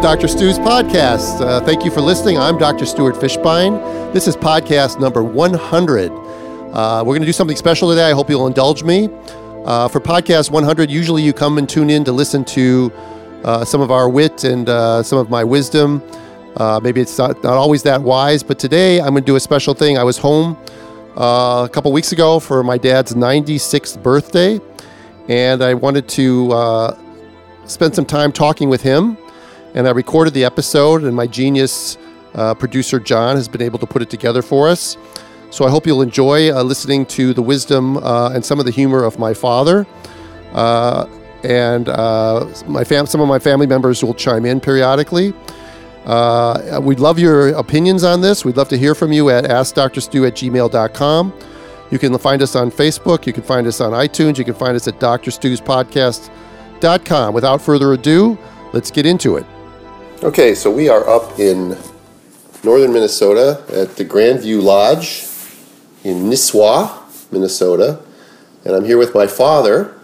Dr. Stu's podcast. Uh, thank you for listening. I'm Dr. Stuart Fishbein. This is podcast number 100. Uh, we're going to do something special today. I hope you'll indulge me. Uh, for podcast 100, usually you come and tune in to listen to uh, some of our wit and uh, some of my wisdom. Uh, maybe it's not, not always that wise, but today I'm going to do a special thing. I was home uh, a couple weeks ago for my dad's 96th birthday, and I wanted to uh, spend some time talking with him. And I recorded the episode, and my genius uh, producer John has been able to put it together for us. So I hope you'll enjoy uh, listening to the wisdom uh, and some of the humor of my father. Uh, and uh, my fam- some of my family members will chime in periodically. Uh, we'd love your opinions on this. We'd love to hear from you at askdrstu at gmail.com. You can find us on Facebook. You can find us on iTunes. You can find us at drstewspodcast.com. Without further ado, let's get into it. Okay, so we are up in northern Minnesota at the Grandview Lodge in Nisswa, Minnesota. And I'm here with my father,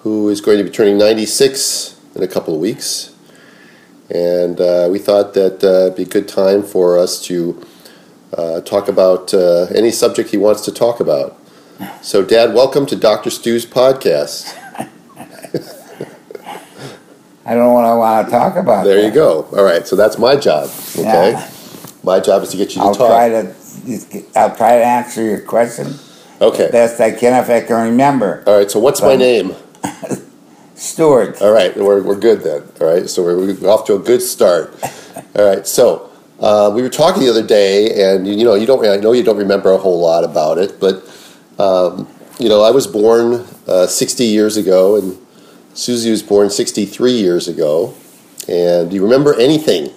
who is going to be turning 96 in a couple of weeks and uh, we thought that uh, it'd be a good time for us to uh, talk about uh, any subject he wants to talk about. So, Dad, welcome to Dr. Stu's podcast. I don't know what I want to talk about. There you go. All right, so that's my job. Okay, Yeah. my job is to get you to I'll talk. try to. I'll try to answer your question okay. best I can if I can remember. All right. So, what's my Fine. name? Stewart. All right, we're, we're good then. All right, so we're, we're off to a good start. All right, so uh, we were talking the other day, and you, you know, you don't. I know you don't remember a whole lot about it, but um, you know, I was born uh, 60 years ago, and Susie was born 63 years ago. And do you remember anything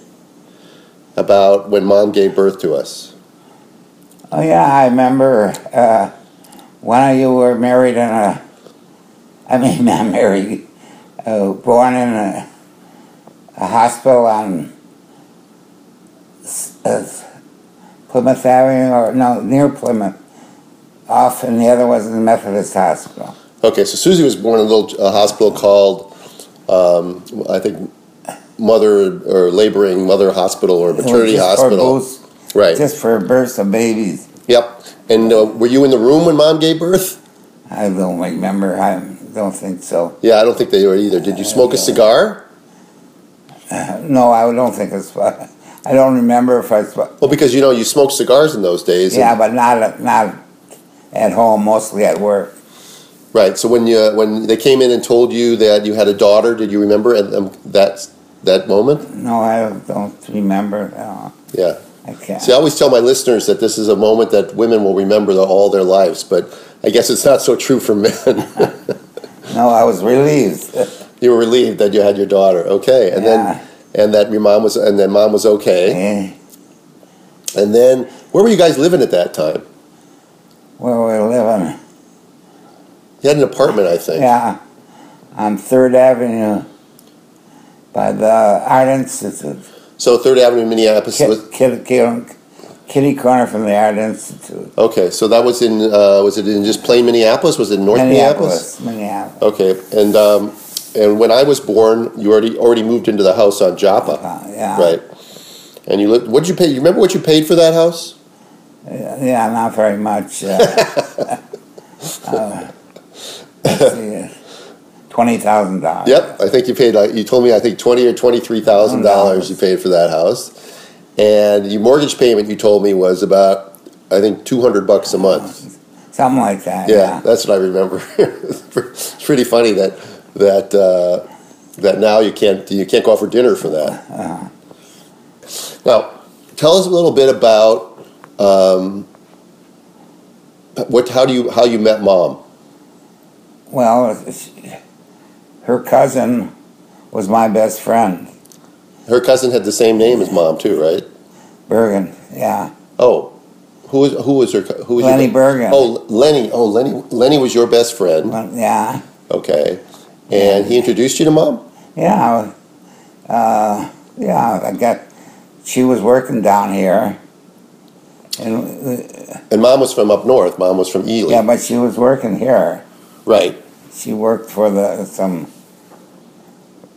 about when Mom gave birth to us? Oh yeah, I remember. Uh, one of you were married in a. I mean, not married. Uh, born in a, a hospital on S- uh, Plymouth Avenue, or no, near Plymouth. Off, and the other was in the Methodist Hospital. Okay, so Susie was born in a little uh, hospital called, um, I think, Mother or Laboring Mother Hospital or It was Maternity just for Hospital. boost- Right. Just for births of babies. yep. And uh, were you in the room when mom gave birth? I don't remember. I don't think so. Yeah, I don't think they were either. Did you smoke a cigar? No, I don't think it's. I don't remember if I. Well, because you know you smoked cigars in those days. and- Yeah, but not at, not at home. Mostly at work. right. So when you when they came in and told you that you had a daughter, did you remember at, um, that that moment? No, I don't remember. No, Yeah. I can't. See, I always tell my listeners that this is a moment that women will remember the, all their lives, but I guess it's not so true for men. no, I was relieved. you were relieved that you had your daughter. Okay, and Yeah. then and that your mom was and then mom was okay. Eh, And then where were you guys living at that time? Where we're living. You had an apartment, I think. Yeah, on Third Avenue by the Art Institute. So Third Avenue, Minneapolis. was, Kid, kid, kid, kitty corner from the Art Institute. okay, so that was in uh, was it in just plain Minneapolis? Was it in North Minneapolis? Minneapolis. Minneapolis. Okay, and um, and when I was born, you already already moved into the house on Joppa, Uh, yeah. right? And you lived. What did you pay? You remember what you paid for that house? Yeah, not very much. Uh, uh, let's see, Twenty thousand dollars. Yep, I think you paid. like, You told me I think twenty or twenty three thousand dollars you paid for that house, and your mortgage payment you told me was about I think two hundred bucks a month. Something like that. Yeah, Yeah. that's what I remember. it's pretty funny that that uh, that now you can't you can't go out for dinner for that. Now, tell us a little bit about um, what how do you how you met mom. Well, it's- her cousin was my best friend, Her cousin had the same name as mom too, right? Bergen. Yeah. Oh, who was who was her? Who was Lenny your, Bergen. Oh, Lenny. Oh, Lenny. Lenny was your best friend. Well, yeah. Okay, and he introduced you to mom. Yeah. Uh, yeah. I got. She was working down here. And, uh, And mom was from up north. Mom was from Ely. yeah, but she was working here. Right. She worked for the some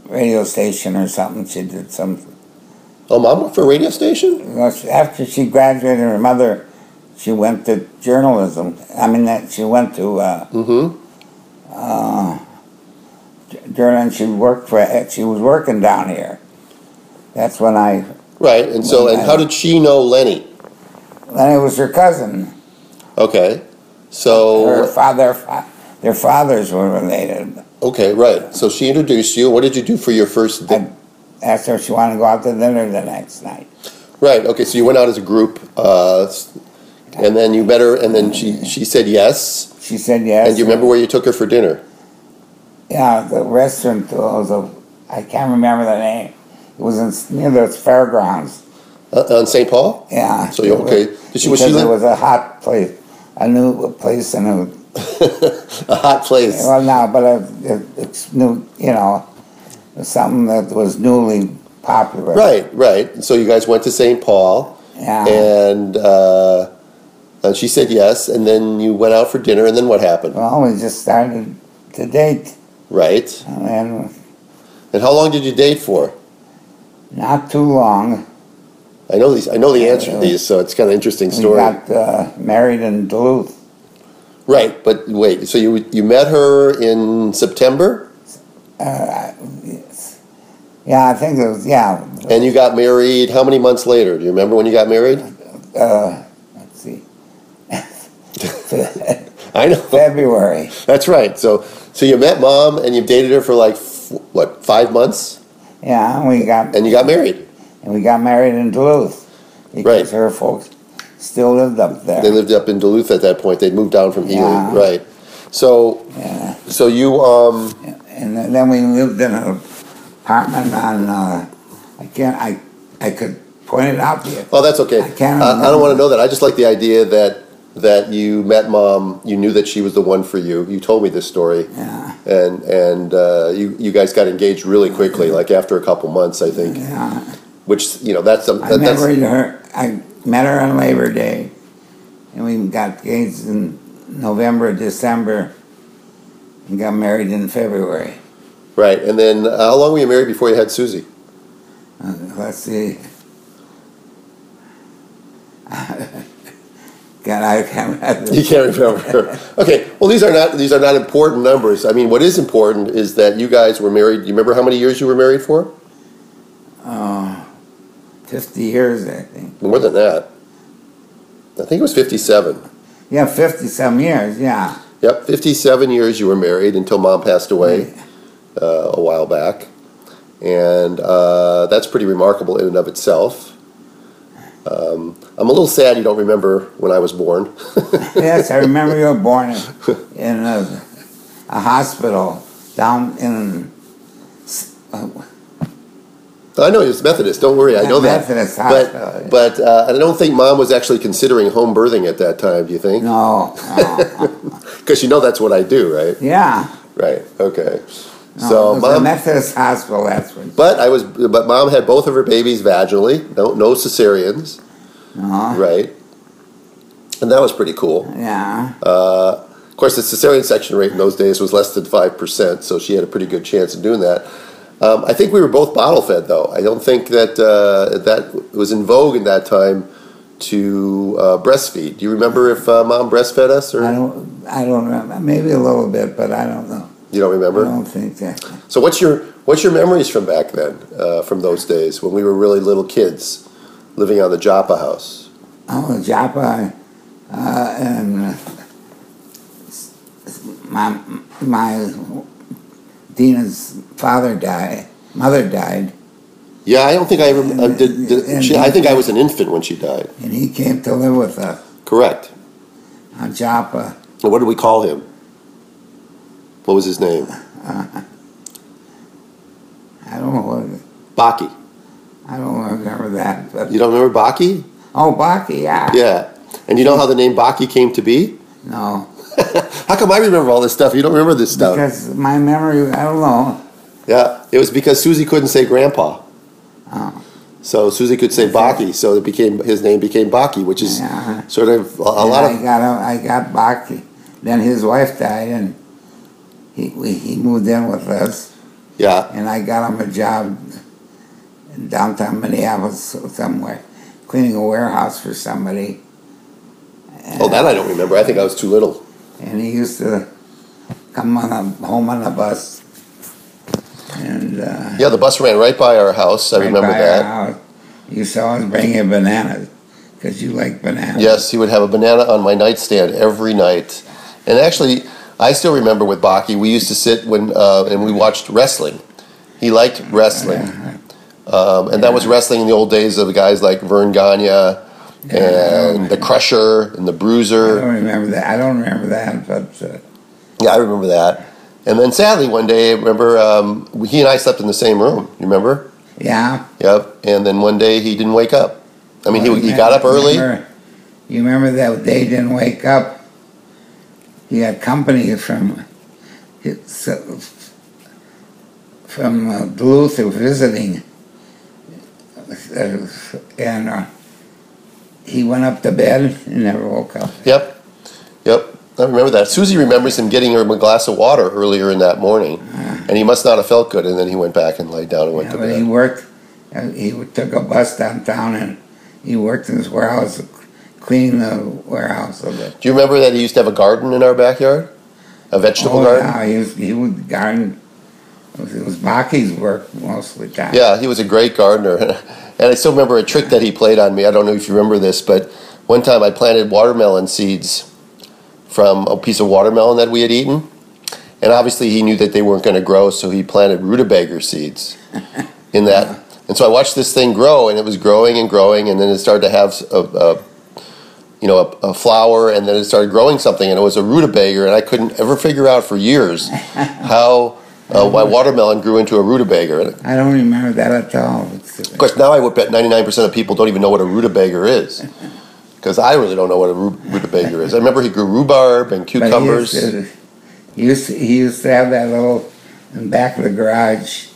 radio station or something. She did some. Oh, mom worked for a radio station? well, she- After she graduated, her mother, she went to journalism. I mean, that she went to uh, Mm-hmm. uh, j- journal, and she worked for. eh, She was working down here. That's when I. Right. And so, and how did she know Lenny? Lenny was her cousin. Okay. Her So, father, fa- their fathers were related. okay, right. So she introduced you. What did you do for your first I- Asked her if she wanted to go out to dinner the next night. Right. Okay. So you went out as a group, uh, s- and then you met her, and then she she said yes. She said yes. And do you remember where you took her for dinner? Yeah, the restaurant was a, I can't remember the name. It was in, near those fairgrounds. Uh, on St. Paul. Yeah. So you okay? Did she was she because it live, was a hot place, a new place, and it, a hot place? well, no, but it, it, it's new. You know, something that was newly popular. Right. Right. So you guys went to St. Paul, Yeah. and uh, and she said yes, and then you went out for dinner, and then what happened? well, we just started to date, Right. and And how long did you date for? not too long, I know these. I know the answer to these, so it's kind of interesting we story. got uh, married in Duluth, Right. But wait. So you you met her in September, Uh, Yeah, I think it was, yeah. and you got married. How many months later? Do you remember when you got married? Uh, let's see. I know. February. That's right. So, so you met mom and you dated her for like f- what five months, Yeah, and we got and you got married. and we got married in Duluth because Right. her folks still lived up there. They lived up in Duluth at that point. They'd moved down from Ely, Yeah. right? So, yeah. so you um And then- then we lived in an apartment on. Uh, I can't. I I could point it out to you. oh that's okay. I can't I, I don't remember. want to know that. I just like the idea that that you met mom. You knew that she was the one for you. You told me this story, Yeah. and and uh, you you guys got engaged really quickly, like after a couple months, I think. Yeah. Which you know that's some- I that, that's married her. I met her on Labor Day, and we got engaged in November, December, and got married in February. right. And then uh, how long were you married before you had Susie? Uh, let's see. God, I can't remember. You can't remember. okay. Well, these are not these are not important numbers. I mean, what is important is that you guys were married. You remember how many years you were married for? Oh, 50 years, I think. More than that. I think it was fifty-seven. Yeah, 50 some years, yeah. Yep, fifty-seven years you were married until mom passed away uh, a while back, and uh, that's pretty remarkable in and of itself. Um, I'm a little sad you don't remember when I was born. yes, I remember you were born in, in a, a hospital down in. S- uh, I know he was Methodist. Don't worry, I know that. Methodist hospital. But but uh, I don't think mom was actually considering home birthing at that time. Do you think? No. no. Because you know that's what I do, right? yeah. Right. No, Okay. it so was a mom, Methodist hospital, that's what. but I was, but mom had both of her babies vaginally. No, no cesareans. No. Right. And that was pretty cool. Yeah. Uh, of course, the cesarean section rate in those days was less than five percent, so she had a pretty good chance of doing that. Um, I think we were both bottle fed, though. I don't think that uh, that was in vogue in that time to uh, breastfeed. Do you remember if uh, mom breastfed us, I or don't, I don't remember. Maybe a little bit, but I don't know. you don't I remember? don't think that. So what's your what's your memories from back then, uh, from those days when we were really little kids, living on the Joppa house? Oh, Joppa, uh, and uh, s- my my Dina's father died, mother died, Yeah, I don't think I rem- uh, did. did she, I think I was an infant when she died. and he came to live with us Correct. on Joppa. And what did we call him? What was his name? I don't know, what, Baki. I don't remember that, but You don't remember Baki? oh, Baki, yeah, Yeah. And you know how the name Baki came to be? no, How come I remember all this stuff? You don't remember this stuff? because my memory, I don't know. yeah. It was because Susie couldn't say Grandpa. Oh, So Susie could say Baki, so it became his name became Baki, which is Yeah. sort of a, a and lot I of got a- I got Baki. Then his wife died, and he we, he moved in with us. Yeah. and I got him a job in downtown Minneapolis somewhere, cleaning a warehouse for somebody. Oh, that I don't remember. I think I was too little. And he used to come on the, home on the bus. And uh, Yeah, the bus ran right by our house. I right remember by that. our house, you saw us bringing bananas because you like bananas. Yes, he would have a banana on my nightstand every night. And actually, I still remember with Baki, we used to sit when uh, and we watched wrestling. He liked wrestling, um, and that was wrestling in the old days of guys like Vern Gagne and the Crusher and the I Bruiser. don't remember that. I don't remember that, but uh, Yeah, I remember that. And then sadly, one day, I remember um, he and I slept in the same room. You remember? yeah. Yep. And then one day he didn't wake up. I mean, Well, he, he you got up remember- early. you remember that day he didn't wake up? He had company from his, from uh, Duluth who were visiting, and uh, he went up to bed and never woke up. Yep. Yep. I remember that. Susie remembers him getting her a glass of water earlier in that morning, and he must not have felt good. And then he went back and laid down and went Yeah, to but he bed. worked. uh, He took a bus downtown and he worked in his warehouse, cleaning the warehouse a bit. Do you remember that he used to have a garden in our backyard, a vegetable oh, garden? Yeah, he was he was garden. It was, it was Baki's work most of the time. Yeah, he was a great gardener. And I still remember a trick that he played on me. I don't know if you remember this, but one time I planted watermelon seeds from a piece of watermelon that we had eaten. And obviously he knew that they weren't going to grow, so he planted rutabaga seeds in that. And so I watched this thing grow, and it was growing and growing, and then it started to have a, a you know, a, a flower, and then it started growing something, and it was a rutabaga, and I couldn't ever figure out for years how uh, my watermelon grew into a rutabaga. And I don't remember that at all. It's, uh, of course, now I would bet 99% of people don't even know what a rutabaga is. Because I really don't know what a ru- rutabaga is. I remember he grew rhubarb and but cucumbers. He used, to, he used to- he used to have that little in the back of the garage.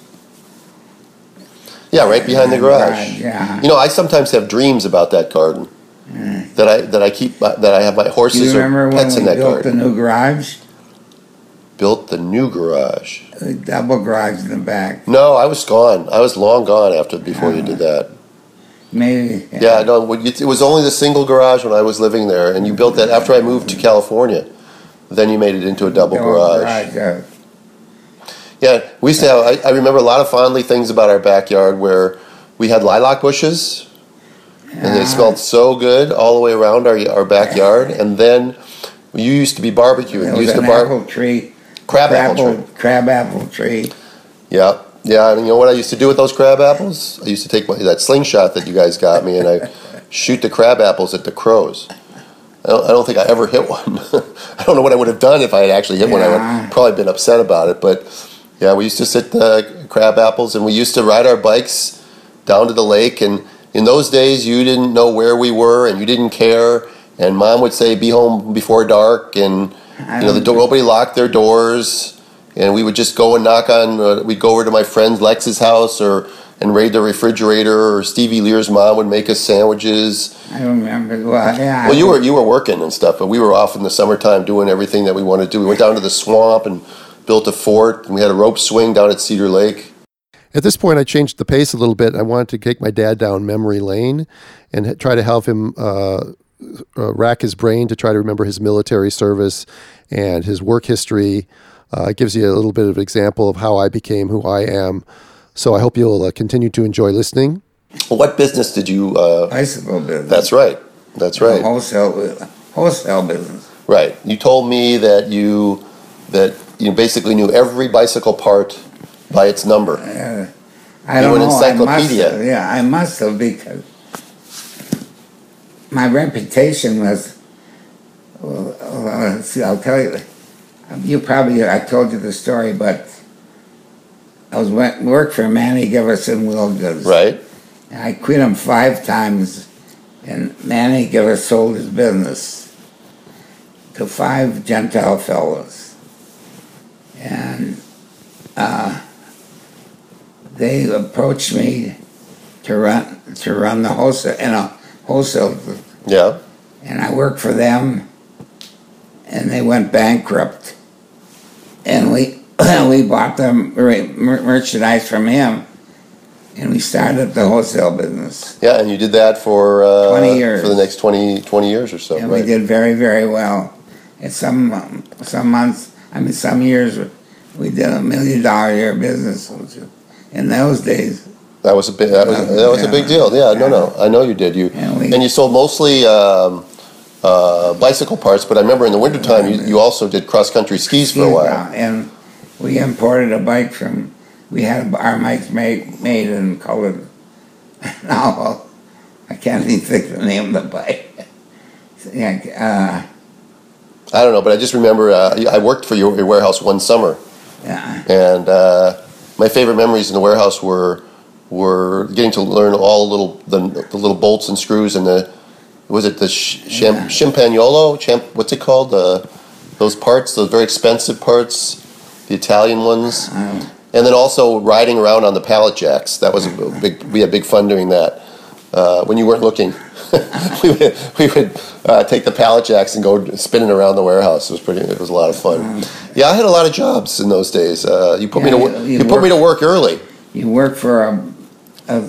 yeah, right behind the garage. yeah. You know, I sometimes have dreams about that garden. That I that I keep my, that I have my Do Mm. you horses remember or when pets we in that built garden. the new garage? built the new garage. A double garage in the back. No, I was gone. I was long gone after before you Ah. did that. Maybe. Yeah, no, when you- it was only the single garage when I was living there, and you built that after I moved to California. Then you made it into a double garage. yeah. Yeah, we used to have. I, I remember a lot of fondly things about our backyard where we had lilac bushes, and they smelled so good all the way around our our backyard. And then you used to be barbecuing. There was You used to an bar apple tree, crab crab apple. Tree. apple, crab apple tree. Yeah, yeah. And you know what I used to do with those crab apples? I used to take my, that slingshot that you guys got me, and I shoot the crab apples at the crows. I don't, I don't think I ever hit one. I don't know what I would have done if I had actually hit one. I would Yeah. have probably been upset about it. But yeah, we used to sit the crab apples, and we used to ride our bikes down to the lake. And in those days, you didn't know where we were, and you didn't care. And mom would say, "Be home before dark," and I you know, the don't- door, nobody locked their doors, and we would just go and knock on. Uh, we'd go over to my friend Lex's house, or and raid the refrigerator, or Stevie Lear's mom would make us sandwiches. I don't remember. Well, yeah. Well, you were you were working and stuff, but we were off in the summertime doing everything that we wanted to do. We went down to the swamp and built a fort, and we had a rope swing down at Cedar Lake. At this point, I changed the pace a little bit. I wanted to take my dad down memory lane and h- try to help him uh, uh, rack his brain to try to remember his military service and his work history. Uh, it gives you a little bit of example of how I became who I am. So I hope you'll uh, continue to enjoy listening. Well, what business did you? Uh, bicycle business. that's right. That's right. Wholesale, wholesale business. Right. You told me that you that you basically knew every bicycle part by its number. Uh, I You don't were an know. I must encyclopedia. have, yeah, I must have because my reputation was. Well, uh, see, I'll tell you. You probably I told you the story, but I was went worked for Manny Giverson Wheel Goods. Right. And I quit him five times, and Manny Giver sold his business to five Gentile fellows. And uh, they approached me to run to run the wholesale in a wholesale, Yeah. and I worked for them, and they went bankrupt, and we we bought the mer- mer- merchandise from him, and we started the wholesale business. Yeah, and you did that for uh, 20 years. for the next 20, 20 years or so, And right? we did very, very well. And some um, some months, I mean, some years, we did a million dollar a year business. which was- In those days, That was a big that was, that was a big deal. Yeah, no, no, I know you did. You Yeah, we- and you sold mostly um, uh, bicycle parts, but I remember in the wintertime you, you also did cross country skis for a while. and we imported a bike from. We had our bikes made made and colored. Now I can't even think of the name of the bike. Yeah, uh, I don't know, but I just remember uh, I worked for your, your warehouse one summer, yeah. and uh, my favorite memories in the warehouse were were getting to learn all little the, the little bolts and screws and the was it the sh- sham, Yeah. champagnolo champ what's it called the those parts those very expensive parts the Italian ones. Um, And then also riding around on the pallet jacks. That was a big. We had big fun doing that uh, when you weren't looking. we would, we would uh, take the pallet jacks and go spinning around the warehouse. It was pretty. It was a lot of fun. Yeah, I had a lot of jobs in those days. Uh, you put me Yeah, to wo- you- you, you put me to work early. You work for a, a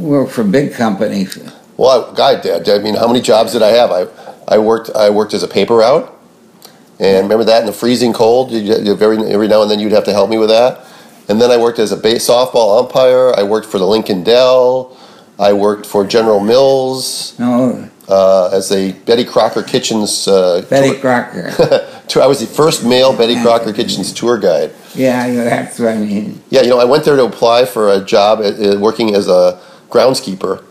work for big companies. Well, I, God, Dad. I mean, how many jobs did I have? I I worked. I worked as a paper route. And remember that in the freezing cold, you, you, every, every now and then you'd have to help me with that. And then I worked as a base softball umpire. I worked for the Lincoln Dell. I worked for General Mills No, uh, as a Betty Crocker Kitchens. Uh, Betty Crocker. tour, I was the first male Betty Crocker Kitchens tour guide. yeah, that's what I mean. Yeah, you know, I went there to apply for a job at, at working as a groundskeeper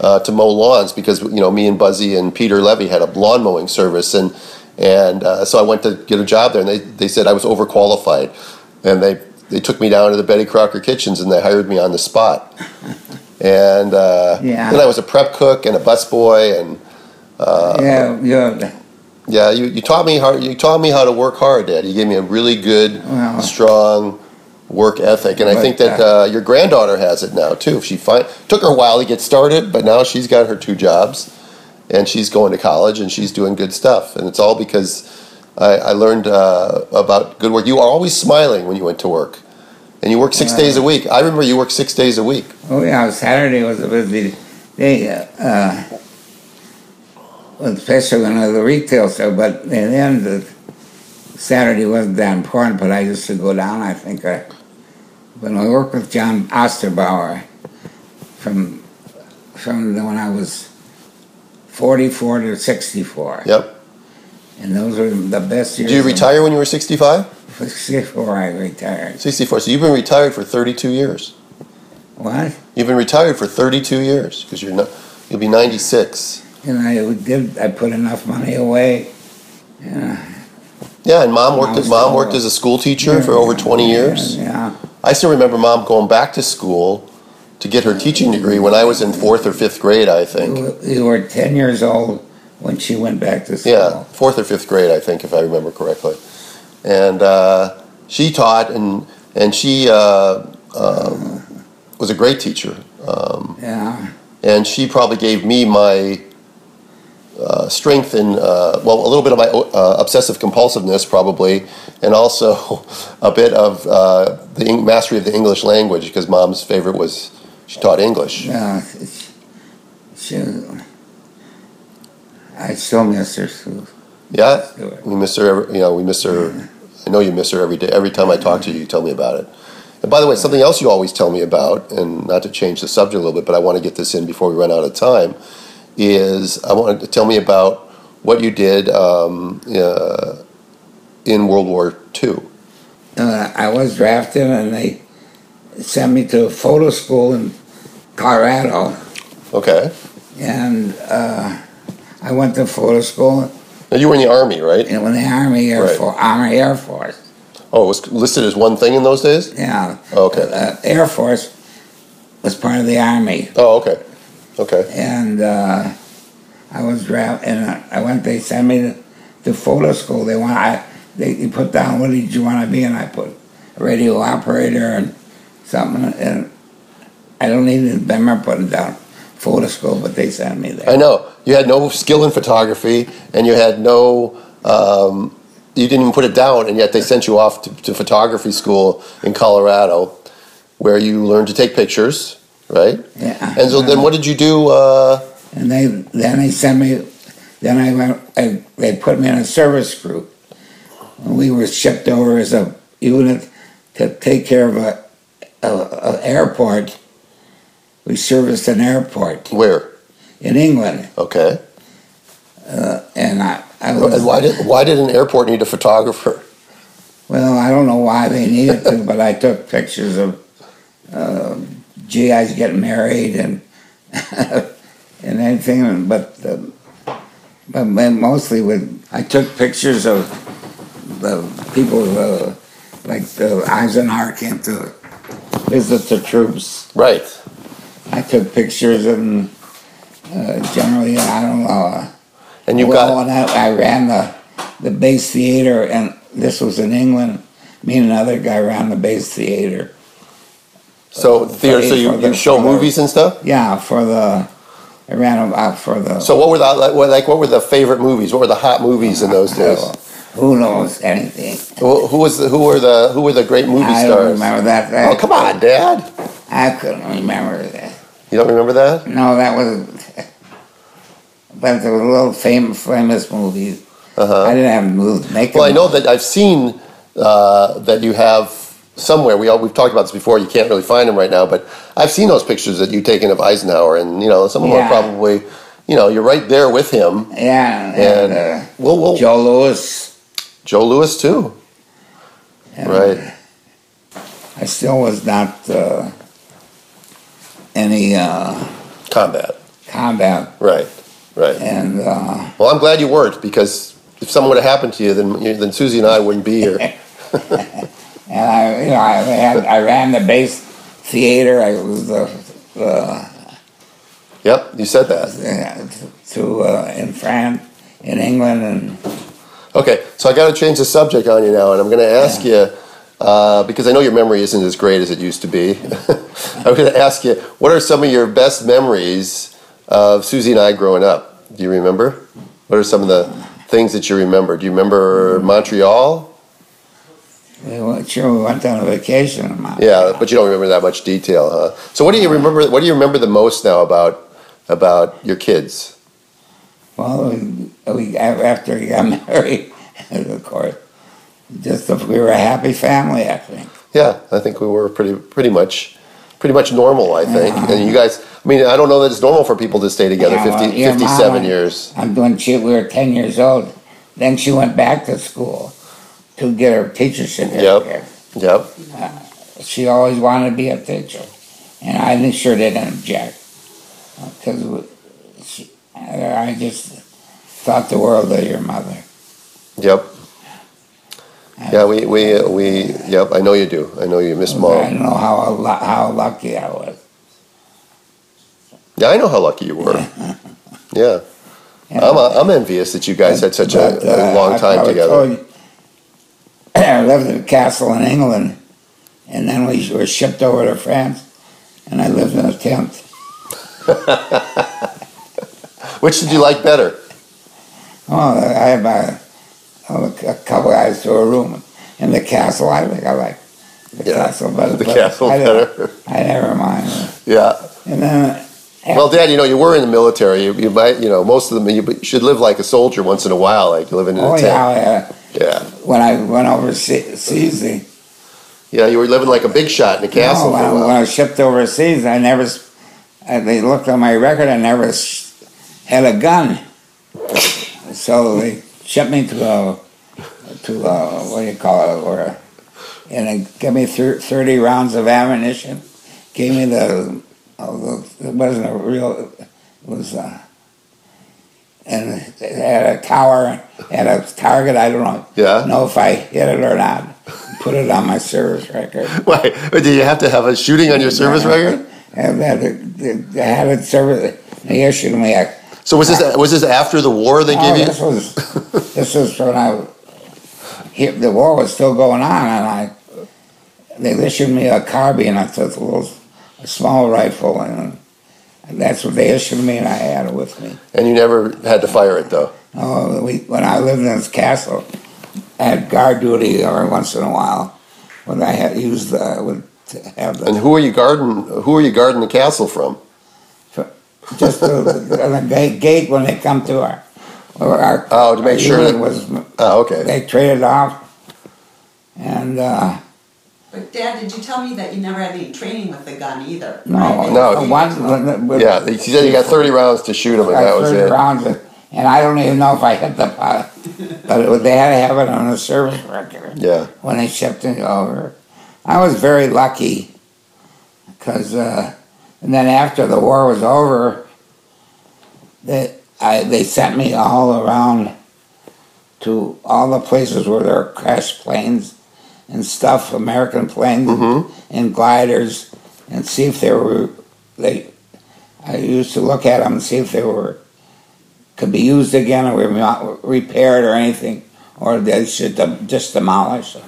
uh, to mow lawns because you know me and Buzzy and Peter Levy had a lawn mowing service, and and uh, so I went to get a job there, and they, they said I was overqualified, and they they took me down to the Betty Crocker kitchens and they hired me on the spot, and uh, Yeah. then I was a prep cook and a busboy, and Uh, yeah, you yeah, you, you taught me how you taught me how to work hard, Dad. You gave me a really good, Wow. strong work ethic, and I But, think that uh, your granddaughter has it now too. She fin- took her a while to get started, but now she's got her two jobs, and she's going to college, and she's doing good stuff. And it's all because I, I learned uh, about good work. You are always smiling when you went to work, and you work six days a week. I remember you worked six days a week. oh yeah, Saturday was a busy day. Uh, especially when I was a retail store, but in the end, the Saturday wasn't that important. But I used to go down. I think I, when I worked with John Osterbauer, from from the- when I was forty-four to sixty-four, Yep. and those were the best years. Did you of- retire when you were 65? Sixty-four, I retired. 64. So you've been retired for 32 years. What? You've been retired for 32 years because you're not, you'll be 96. And I did. I put enough money away. Yeah, and mom worked. Mom's At, mom still- worked as a school teacher for over 20 years. Yeah. I still remember mom going back to school to get her teaching degree when I was in fourth or fifth grade. I think. You you were 10 years old when she went back to school. Yeah, fourth or fifth grade, I think, if I remember correctly. And uh, she taught, and and she uh, um, was a great teacher. Um, Yeah. and she probably gave me my uh, strength and uh, well, a little bit of my uh, obsessive compulsiveness probably, and also a bit of uh, the Eng- mastery of the English language because mom's favorite was she taught English. Yeah. She, she, I still miss her. so- Yeah, we miss her. Every, you know, we miss her. I know you miss her every day. Every time I talk to you, you tell me about it. And by the way, something else you always tell me about, and not to change the subject a little bit, but I want to get this in before we run out of time, is I want to tell me about what you did um, uh, in World War II. Uh, I was drafted and they sent me to a photo school in Colorado. Okay, And uh, I went to photo school now you were in the army, right? in the Army Air, Right. Force, Army Air Force. Oh, it was listed as one thing in those days. Yeah. Okay. Uh, Air Force was part of the Army. Oh, okay, okay. and uh, I was draft and uh, I went. They sent me to, to photo school. They want I they, they put down what did you want to be, and I put radio operator and something. And I don't even remember putting down photo school, but they sent me there. I know you had no skill in photography, and you had no. Um, you didn't even put it down, and yet they sent you off to, to photography school in Colorado, where you learned to take pictures, right? Yeah. And so then, what did you do? Uh, And they then they sent me. Then I went. I, they put me in a service group. And we were shipped over as a unit to take care of a, a, a airport. We serviced an airport where? in England, uh, Okay. and I. I was, And why did why did an airport need a photographer? Well, I don't know why they needed to, but I took pictures of uh, GIs getting married and and anything, but um, but men mostly with I took pictures of the people uh, like the Eisenhower came to visit the troops. Right. I took pictures and uh, generally I don't know. Uh, And you well, got when I, I ran the the base theater, and this was in England. Me and another guy ran the base theater. so theater. So you, you show movies and stuff. Yeah, for the I ran about for the So what were the like? What, like, what were the favorite movies? What were the hot movies in those days? who knows anything. Who, who was the, who were the who were the great movie I don't stars? remember that. Oh I, come on, Dad! I couldn't remember that. You don't remember that? No, that was. But there were little famous famous movies. I didn't have movies. Make Uh-huh. Well, I them. know that I've seen uh, that you have somewhere. We all, we've talked about this before. You can't really find them right now, but I've seen those pictures that you've taken of Eisenhower, and you know some of them Yeah. are probably, you know, you're right there with him. Yeah, And and, uh, well, well, Joe, Joe Lewis. Lewis too, and- right? I still was not uh, any uh, Combat, combat, right, right. and uh, Well, I'm glad you weren't because if something would have happened to you, then you- then Susie and I wouldn't be here. and I, you know, I had I ran the base theater. I was the uh, yep, you said that. to uh, in France, in England, and Okay, so I got to change the subject on you now, and I'm going to ask you uh, because I know your memory isn't as great as it used to be. I'm going to ask you what are some of your best memories of Susie and I growing up? Do you remember? What are some of the things that you remember? Do you remember Montreal? we went, sure we went on a vacation. in Mont- Yeah, but you don't remember that much detail, huh? So what do you remember? What do you remember the most now about about your kids? Well, we, we after we got married, of course, just we were a happy family. I think. Yeah, I think we were pretty pretty much pretty much normal, I think. And you guys, I mean, I don't know that it's normal for people to stay together Yeah, well, 50, your 57 mom- years. I'm doing she we were ten years old. Then she went back to school to get her teacher's certificate. Yep. She always wanted to be a teacher, and I didn't- sure didn't object Uh, because I just thought the world of your mother. Yep. Yeah, we we uh, we yep, I know you do. I know you miss I mom. don't know how lu- how lucky I was. Yeah, I know how lucky you were. Yeah. And I'm uh, I'm envious that you guys had such a, But, a uh, long I time probably together. told you- I lived at a castle in England, and then we were shipped over to France, and I lived in a tent. Which did you like better? Oh, I had my, oh, a couple guys to a room in the castle. I think I like the Yeah, castle better. The but castle I don't- better. I never mind. Yeah. And then, Well, Dad, you know you were in the military. You, you might, you know, most of them. You should live like a soldier once in a while, like living in a oh tent. yeah, Yeah. uh, when I went overseas, the- Yeah, you were living like a big shot in a castle. No, for when, a I, while. when I was shipped overseas, I never. s- I, they looked on my record. I never s- had a gun, so they shipped me to a to a, what do you call it? Or a, and they gave me thir- thirty rounds of ammunition. Gave me the, oh, the it wasn't a real it was uh and it had a tower had a target. I don't know Yeah. know if I hit it or not. Put it on my service record. Why? Or do you have to have a shooting on your service record? And that they had it service. They issued me a. So was this was this after the war they Oh, gave you? this was this was when I here, the war was still going on, and I they issued me a carbine. I took a little a small rifle, and, and that's what they issued me, and I had it with me. And you never had to fire it though. Oh, we, when I lived in this castle, had guard duty every once in a while when I had used the would have And the who are you guarding? Who are you guarding the castle from? just the, the gate, gate when they come to our or our Oh, to make sure unit that- was Oh, okay. they traded off and uh, But Dad, did you tell me that you never had any training with the gun either? oh, no No. one with- Yeah, he said you got 30 rounds to shoot him, and I that was turned it. around and- and I don't even know if I hit the pot, but they had to have it on the service record. Yeah. when they shipped it over. I was very lucky because, uh, and then after the war was over, they, I, they sent me all around to all the places where there were crash planes and stuff, American planes Mm-hmm. and gliders, and see if they were, they, I used to look at them and see if they were, could be used again or remo- repaired or anything, or they should dem- just demolish them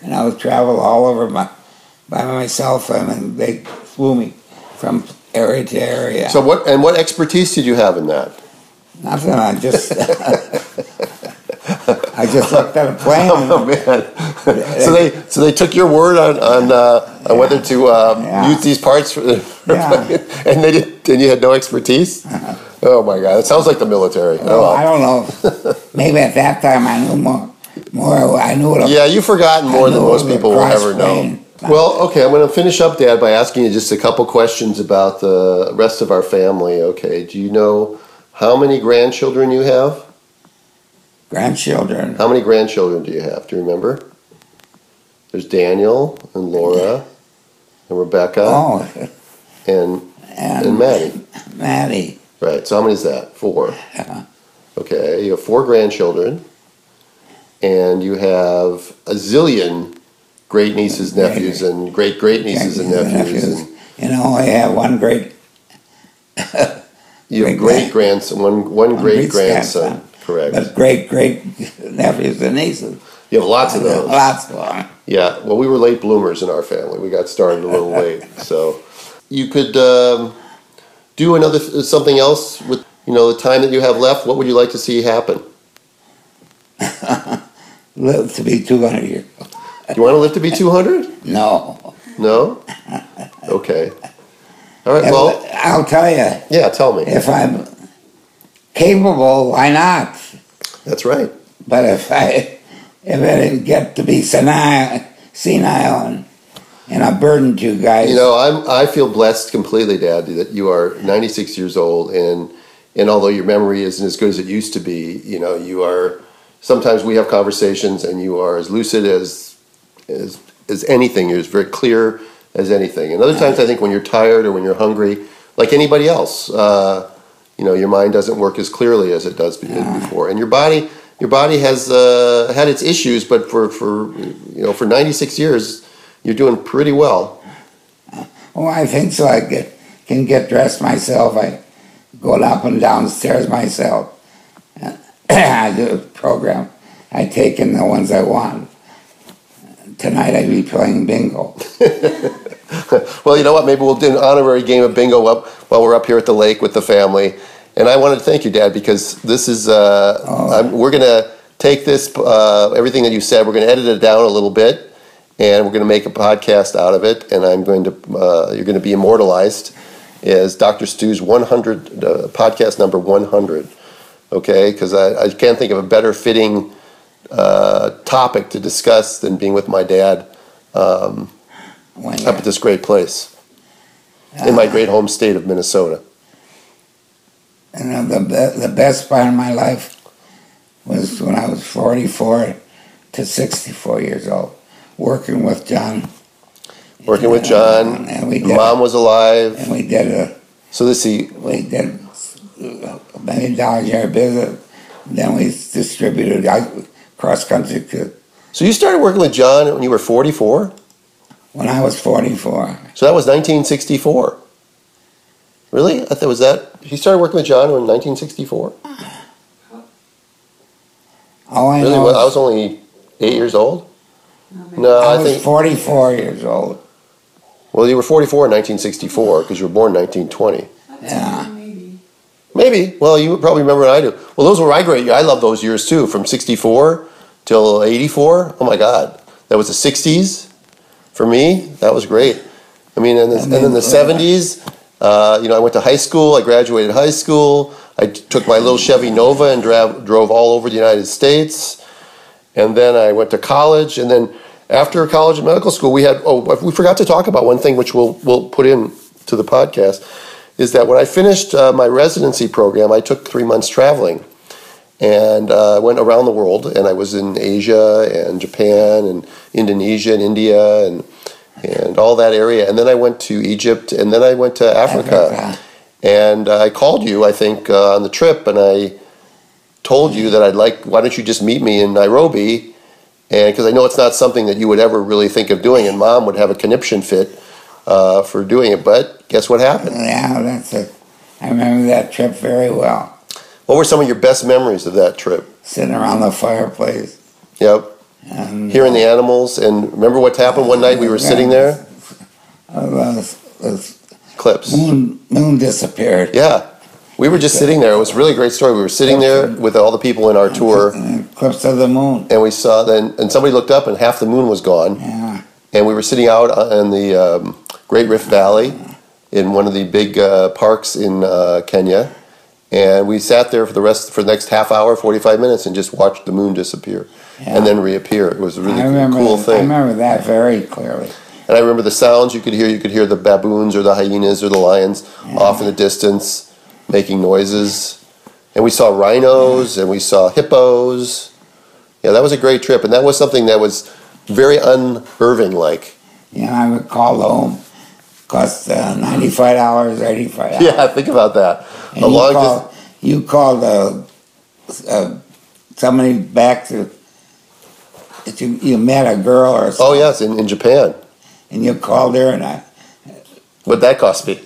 and I would travel all over my, by myself. I mean, they flew me from area to area. So what? And what expertise did you have in that? Nothing. I just, I just looked at a plane. Oh And, man! so they so they took your word on on, uh, on whether to um, Yeah. use these parts, for the, Yeah. Uh-huh. and they did, and you had no expertise. Oh my god! It sounds like the military. Oh, well, well. I don't know. Maybe at that time I knew more. More. I knew what. a- Yeah, you've forgotten more I than know most the people will cross ever know. plane. Well, okay, I'm going to finish up, Dad, by asking you just a couple questions about the rest of our family. Okay, do you know how many grandchildren you have? Grandchildren. How many grandchildren do you have? Do you remember? There's Daniel and Laura and Rebecca Oh, and and, and Maddie. Maddie. Right. So how many is that? Four. Yeah. Okay, you have four grandchildren, and you have a zillion great nieces, nephews, and great great nieces and nephews, and You know, I have one great. You Great have great grandson, one one One great great grandson, correct? But great, great nephews and nieces. You have lots of those. Lots of them. Yeah. Well, we were late bloomers in our family. We got started a little late, so you could um, do another uh, something else with you know the time that you have left. What would you like to see happen? live to be 200 years. Do you want to live to be two hundred? No. No. Okay. All right. Well, I'll tell you, yeah. Tell me. if I'm capable, why not? That's right. But if I if I didn't get to be senile, senile and, and a burden to you guys, You know, I'm I feel blessed completely, Dad, that you are 96 years old, and and although your memory isn't as good as it used to be, you know, you are. Sometimes we have conversations, and you are as lucid as as as anything. You're as very clear as anything. And other times, I think when you're tired or when you're hungry, like anybody else, uh, you know, your mind doesn't work as clearly as it does be- before, and your body. Your body has uh, had its issues, but for, for you know for 96 years, you're doing pretty well. oh, I think so. I get, can get dressed myself. I go up and downstairs myself. I do a program. I take in the ones I want. Tonight I'd be playing bingo. Well, you know what? Maybe we'll do an honorary game of bingo up while we're up here at the lake with the family. And I wanted to thank you, Dad, because this is uh, I'm, we're going to take this uh, everything that you said. We're going to edit it down a little bit, and we're going to make a podcast out of it. And I'm going to uh, you're going to be immortalized as Dr. Stu's 100 uh, podcast number 100. Okay, because I, I can't think of a better fitting uh, topic to discuss than being with my dad Um, When up at this great place in my great home state of Minnesota. You know, the, be- the best part of my life was when I was 44 to 64 years old, working with John. Working with John, And we did, mom was alive. and we did a, So let's see, we did a million dollars a year business. Then we distributed out cross country to- so you started working with John when you were 44. when I was 44. So that was 1964. Really? I thought was that he started working with John in 1964. All I Really? know Well, I is was only eight years old. maybe- No, I I, was think. 44 years old. Well, you were 44 in 1964 because you were born in 1920. I was Yeah. thinking Maybe. Maybe. Well, you probably remember what I do. Well, those were my great. I love those years too, from '64 till 84. Oh my God. That was the 60s for me. That was great. I mean, and, the, and then the 70s, uh, you know, I went to high school. I graduated high school. I t- took my little Chevy Nova and drove, drove all over the United States. And then I went to college. And then after college and medical school, we had, oh, we forgot to talk about one thing, which we'll, we'll put in to the podcast, is that when I finished uh, my residency program, I took three months traveling and uh, went around the world. And I was in Asia and Japan and Indonesia and India and and all that area. And then I went to Egypt and then I went to Africa. Africa. And uh, I called you, I think, uh, on the trip, and I told you that I'd like. Why don't you just meet me in Nairobi? And because I know it's not something that you would ever really think of doing, and Mom would have a conniption fit uh, for doing it. But guess what happened? Yeah, that's it. I remember that trip very well. What were some of your best memories of that trip? Sitting around the fireplace. Yep, And hearing the animals, and remember what happened one night? We were sitting there, Oh, those, those clips. moon, moon disappeared. Yeah. We were just sitting there. It was a really great story. We were sitting there with all the people in our tour, Eclipse of the moon. and we saw then, and somebody looked up, and half the moon was gone. Yeah. And we were sitting out on the um, Great Rift Valley in one of the big uh, parks in uh, Kenya, and we sat there for the rest for the next half hour, forty five minutes, and just watched the moon disappear and then reappear. It was a really I remember, cool I thing. remember that very clearly. And I remember the sounds you could hear. You could hear the baboons or the hyenas or the lions off in the distance making noises. And we saw rhinos and we saw hippos. Yeah, that was a great trip. And that was something that was very un Irving like. You know, I would call home. Cost uh, ninety-five dollars, eighty-five. dollars. Yeah, think about that. And a you long call, dis- you called uh, uh, somebody back to that you, you met a girl or something, oh, yes, in, in Japan. and you called her, and I What'd that cost me?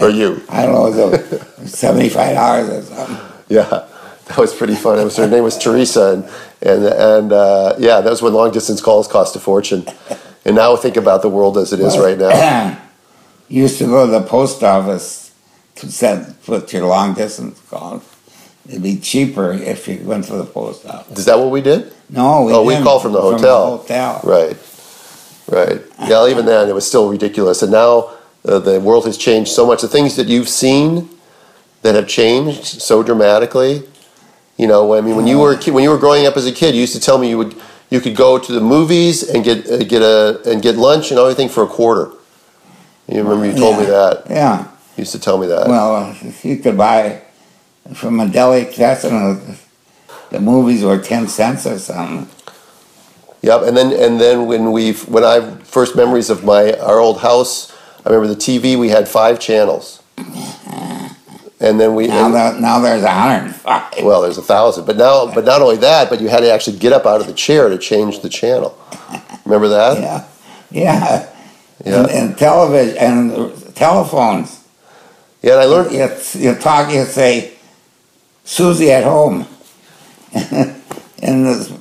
Or you? I don't know, it was uh, seventy-five dollars or something. Yeah, that was pretty fun. It was, her name was Teresa, and and, and uh, yeah, that was when long distance calls cost a fortune. And now think about the world as it is right now. you used to go to the post office to send put your long distance calls. It'd be cheaper if you went to the post office. Is that what we did? No, we Oh, we didn't, called from the hotel. hotel. Right, right. Yeah, even then it was still ridiculous. And now uh, the world has changed so much. The things that you've seen that have changed so dramatically. You know, I mean, when you were a kid, when you were growing up as a kid, you used to tell me you would you could go to the movies and get uh, get a and get lunch and everything for a quarter. You remember you told me that. Yeah. You used to tell me that. Well, uh, you could buy from a deli cassino. The movies were ten cents or something. Yep, and then and then when we when I first memories of my our old house, I remember the TV we had five channels, and then we Now, there, now there's a hundred and five. well there's a thousand, but now but not only that, but you had to actually get up out of the chair to change the channel. Remember that? Yeah, yeah. Yeah. And, and television and telephones. Yeah, and I learned You you talk. You say, Susie at home. and the,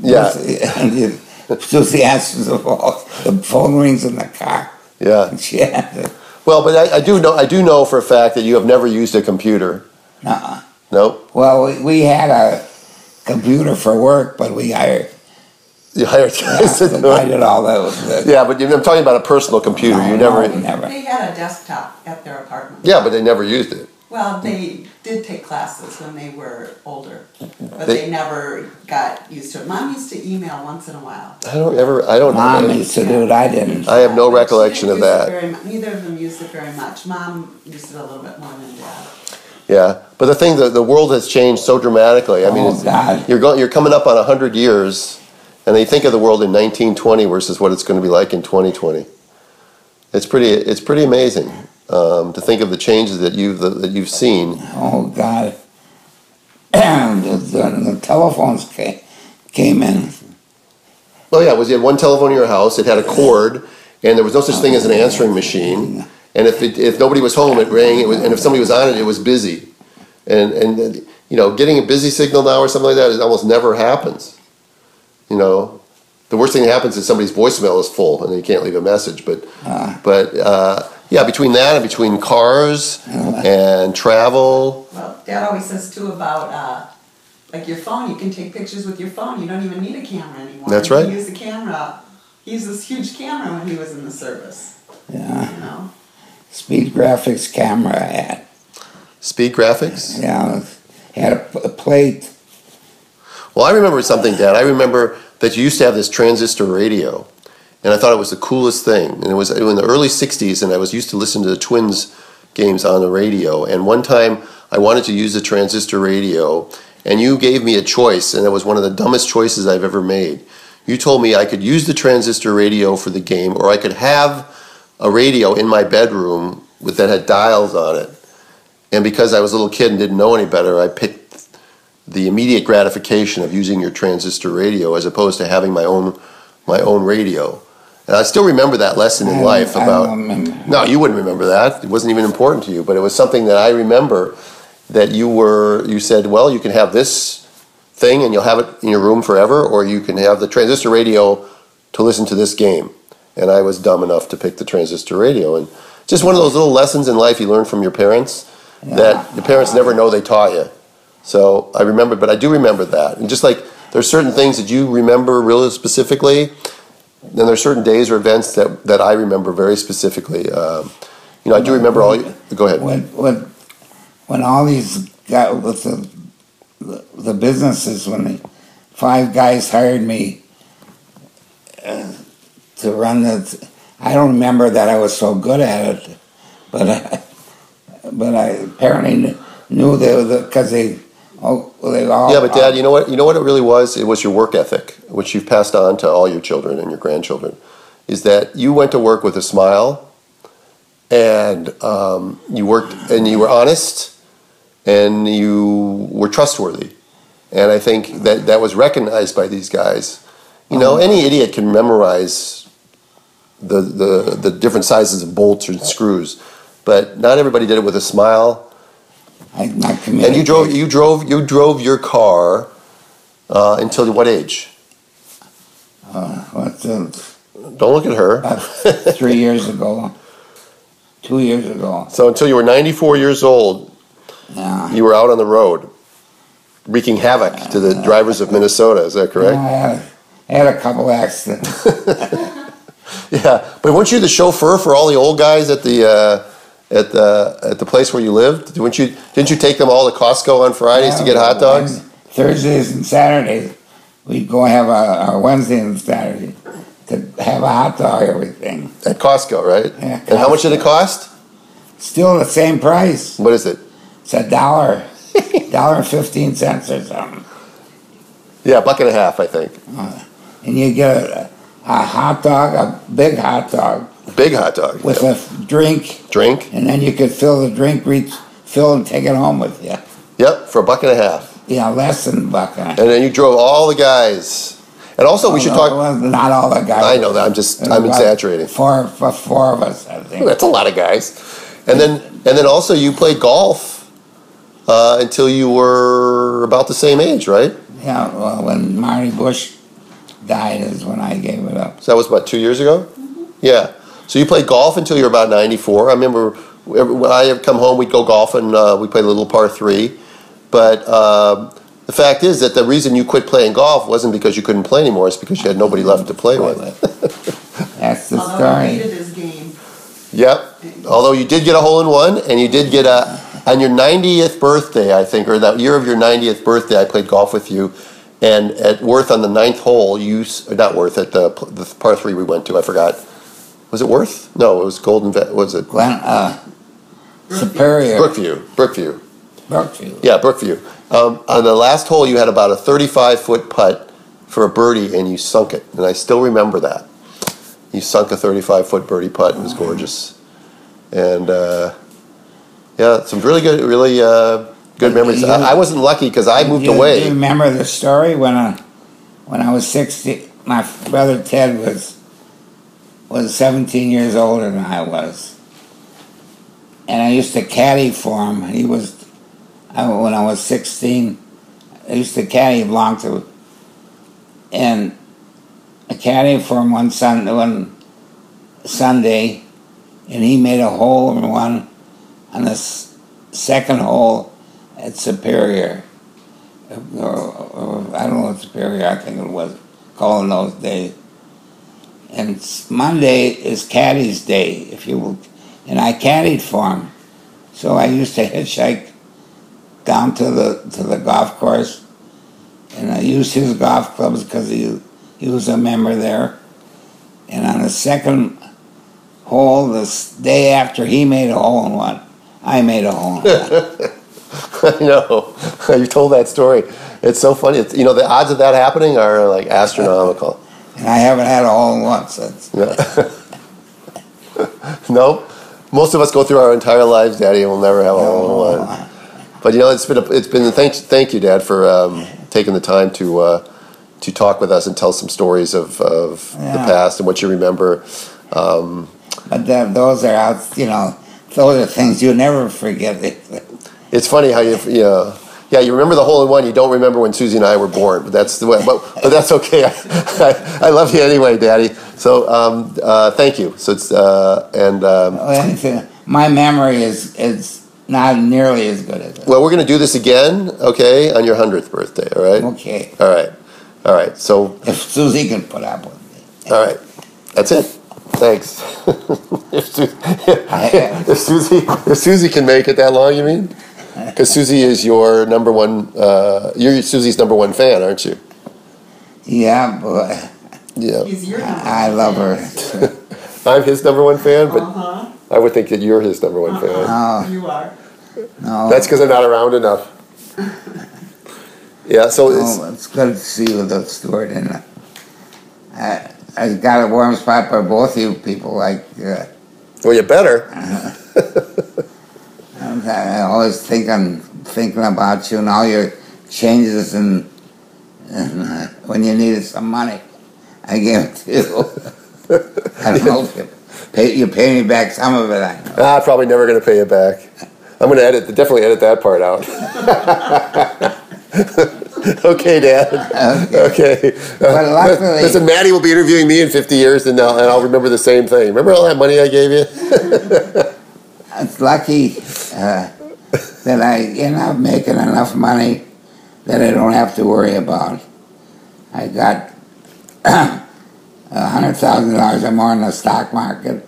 Yeah. and you, Susie answers the phone. The phone rings in the car. yeah. And she answers. Well, but I, I do know I do know for a fact that you have never used a computer. Nuh-uh. No, Well, we, we had a computer for work, but we hired you hired guys to do I it. did all those. the- Yeah, but you- I'm talking about a personal computer. You no, never. never. They had a desktop at their apartment. Yeah, but they never used it. Well, they did take classes when they were older, but They- they, never got used to it. Mom used to email once in a while. I don't ever. I don't. Mom used to do it. I didn't. I have no But she recollection didn't of use it that. very mu- neither of them used it very much. Mom used it a little bit more than Dad. Yeah, but the thing the the world has changed so dramatically. I mean, Oh, it's- God. you're going, you're coming up on hundred years, and they think of the world in 1920 versus what it's going to be like in 2020. It's pretty, it's pretty amazing um, to think of the changes that you've that you've seen. Oh God. the, the, the telephones came, came in. Well, yeah, it was you had one telephone in your house? It had a cord, and there was no such thing as an answering machine. And if it, if nobody was home, it rang. It was, and if somebody was on it, it was busy. And and you know, getting a busy signal now or something like that, it almost never happens. You know, the worst thing that happens is somebody's voicemail is full and you can't leave a message. But but uh, yeah, between that and between cars and travel, Well, Dad always says too about uh, like your phone, you can take pictures with your phone. You don't even need a camera anymore. That's You can right. Use the camera. He used this huge camera when he was in the service. Yeah. You know. Speed graphics camera had. Speed graphics. You know, had a, p- a plate. Well, I remember something, Dad. I remember that you used to have this transistor radio, and I thought it was the coolest thing. And it was in the early '60s, and I was used to listen to the Twins games on the radio. And one time, I wanted to use the transistor radio, and you gave me a choice, and it was one of the dumbest choices I've ever made. You told me I could use the transistor radio for the game, or I could have a radio in my bedroom with that had dials on it. And because I was a little kid and didn't know any better, I picked the immediate gratification of using your transistor radio as opposed to having my own my own radio. And I still remember that lesson in I- life I about remember. No, you wouldn't remember that. It wasn't even important to you, but it was something that I remember that you were you said, "Well, you can have this thing and you'll have it in your room forever or you can have the transistor radio to listen to this game." And I was dumb enough to pick the transistor radio and just one of those little lessons in life you learn from your parents that your parents never know they taught you. So I remember, but I do remember that. And just like there's certain things that you remember really specifically, then there's certain days or events that, that I remember very specifically. Um, you know, I do remember all. Go ahead. When when when all these guys with the, the the businesses when the five guys hired me uh, to run the I don't remember that I was so good at it, but I, but I apparently knew they because they oh they all Yeah, but Dad, you know what? You know what it really was. It was your work ethic, which you've passed on to all your children and your grandchildren, is that you went to work with a smile, and um, you worked and you were honest, and you were trustworthy, and I think that that was recognized by these guys. You know, any idiot can memorize the, the, the different sizes of bolts and screws, but not everybody did it with a smile. I, not And you drove, you drove, you drove your car uh, until what age? what's it, Don't look at her. about uh, three years ago, two years ago. So until you were 94 years old, Yeah. you were out on the road, wreaking havoc to the drivers of Minnesota. Is that I, correct? had, I had a couple accidents. Yeah. But weren't you the chauffeur for all the old guys at the uh, at the at the place where you lived? Didn't you didn't you take them all to Costco on Fridays to get hot dogs? Uh, Thursdays and Saturdays, we'd go have a, a Wednesday and Saturday to have a hot dog, everything. At Costco, right? Yeah, And how much did it cost? Still the same price. What is it? It's a dollar, dollar fifteen cents or something. Yeah, a buck and a half, I think. And you get a, a hot dog, a big hot dog Big hot dog. with a drink, Drink. and then you could fill the drink, reach, fill and take it home with you. Yep, for a buck and a half. Yeah, less than a buck. And a And then you drove all the guys. And also, we should Although talk. it was Not all the guys. I know that. I'm just. There I'm were about exaggerating. Four, four, four of us, I think. That's a lot of guys. And then, and then also, you played golf uh, until you were about the same age, right? Yeah. Well, when Marty Bush died, is when I gave it up. So that was about two years ago. Yeah. So you played golf until you were about 94. I remember every- when I would come home, we'd go golf and uh, we played a little par three. But um the fact is that the reason you quit playing golf wasn't because you couldn't play anymore. It's because you had nobody left to play with. That's the Although he story. hated his game. Yep. Although you did get a hole in one, and you did get a on your 90th birthday, I think, or that year of your 90th birthday, I played golf with you, and at Worth on the ninth hole, you s- or not Worth at the, the par three we went to, I forgot. Was it Worth? No, it was Golden. Ve- Was it Glen, uh, Superior, Brookview? Brookview. Brookfield. Yeah, Brookview. Um, on the last hole, you had about a 35 foot putt for a birdie, and you sunk it. And I still remember that. You sunk a 35 foot birdie putt. It was gorgeous. And uh, yeah, some really good, really uh, good memories. I, I wasn't lucky because I moved you, away. You remember the story when I, when I was sixty? My brother Ted was was seventeen years older than I was, and I used to caddy for him. He was I, when I was sixteen. I used to caddy belong to, and I caddy for him one Sunday, one Sunday, and he made a hole in one on the s- second hole at Superior or, or Uh, I don't know, Superior, I think it was called in those days. And s- Monday is caddy's day, if you will. And I caddied for him. So I used to hitchhike down to the to the golf course, and I used his golf clubs because he he was a member there. And on the second hole, the s- day after he made a hole in one, I made a hole in one. I know. you told that story. It's so funny. It's, you know, the odds of that happening are like astronomical. And I haven't had a hole in one since. Yeah. nope. Most of us go through our entire lives, Daddy, and we'll never have a hole in one. But you know, it's been a, it's been thank thank you, Dad, for um, taking the time to uh, to talk with us and tell some stories of, of the Yeah. past and what you remember. Um, But that, those are out, you know, those are things you never forget. It's funny how you, you know, yeah, you remember the hole in one. You don't remember when Susie and I were born, but that's the way. But, but that's okay. I, I, love you anyway, Daddy. So um, uh, thank you. So it's uh, and um, oh, My memory is is not nearly as good as it. well, we're gonna do this again, okay, on your hundredth birthday. All right. Okay, All right. All right. So if Susie can put up with me. all right. That's it. Thanks. if, Su- if Susie, if Susie can make it that long, you mean? Because Susie is your number one. Uh, you're Susie's number one fan, aren't you? Yeah, but Yeah. He's your number. I love her. I'm his number one fan, but Uh I would think that you're his number one fan. huh. No, Uh-uh. You are. no. That's because I'm not around enough. Yeah, so it's Oh, it's good to see you, though, Stuart. And uh, I, I got a warm spot for both you people. Like, uh, well, you better. I'm, I always think I'm thinking about you and all your changes and, and uh, when you needed some money, I gave it to you. I don't know if you pay, you pay me back some of it. I know. Ah, I'm probably never going to pay you back. I'm going to edit, definitely edit that part out. okay, Dad. Okay. But luckily- listen, Maddie will be interviewing me in 50 years, and I'll, and I'll remember the same thing. Remember all that money I gave you? It's lucky uh, that I end up making enough money that I don't have to worry about. I got a hundred thousand dollars or more in the stock market.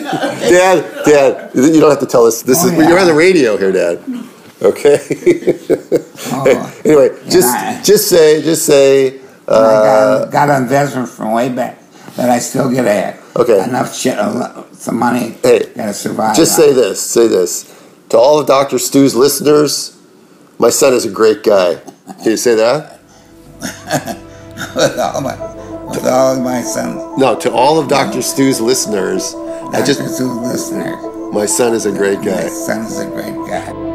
Dad, Dad, you don't have to tell us. This Oh, is you're yeah. on the radio here, Dad. Okay. Oh, anyway, just I- just say just say uh, I got, got investment from way back that I still get ahead. Okay. Enough shit, a lo- some money. Hey, gotta survive. just say this. Say this to all of Doctor Stu's listeners. My son is a great guy. Can you say that? with all my, with all of my sons, No, to all of Doctor Stu's listeners. I just just to listeners. my son is a great My guy. son is a great guy.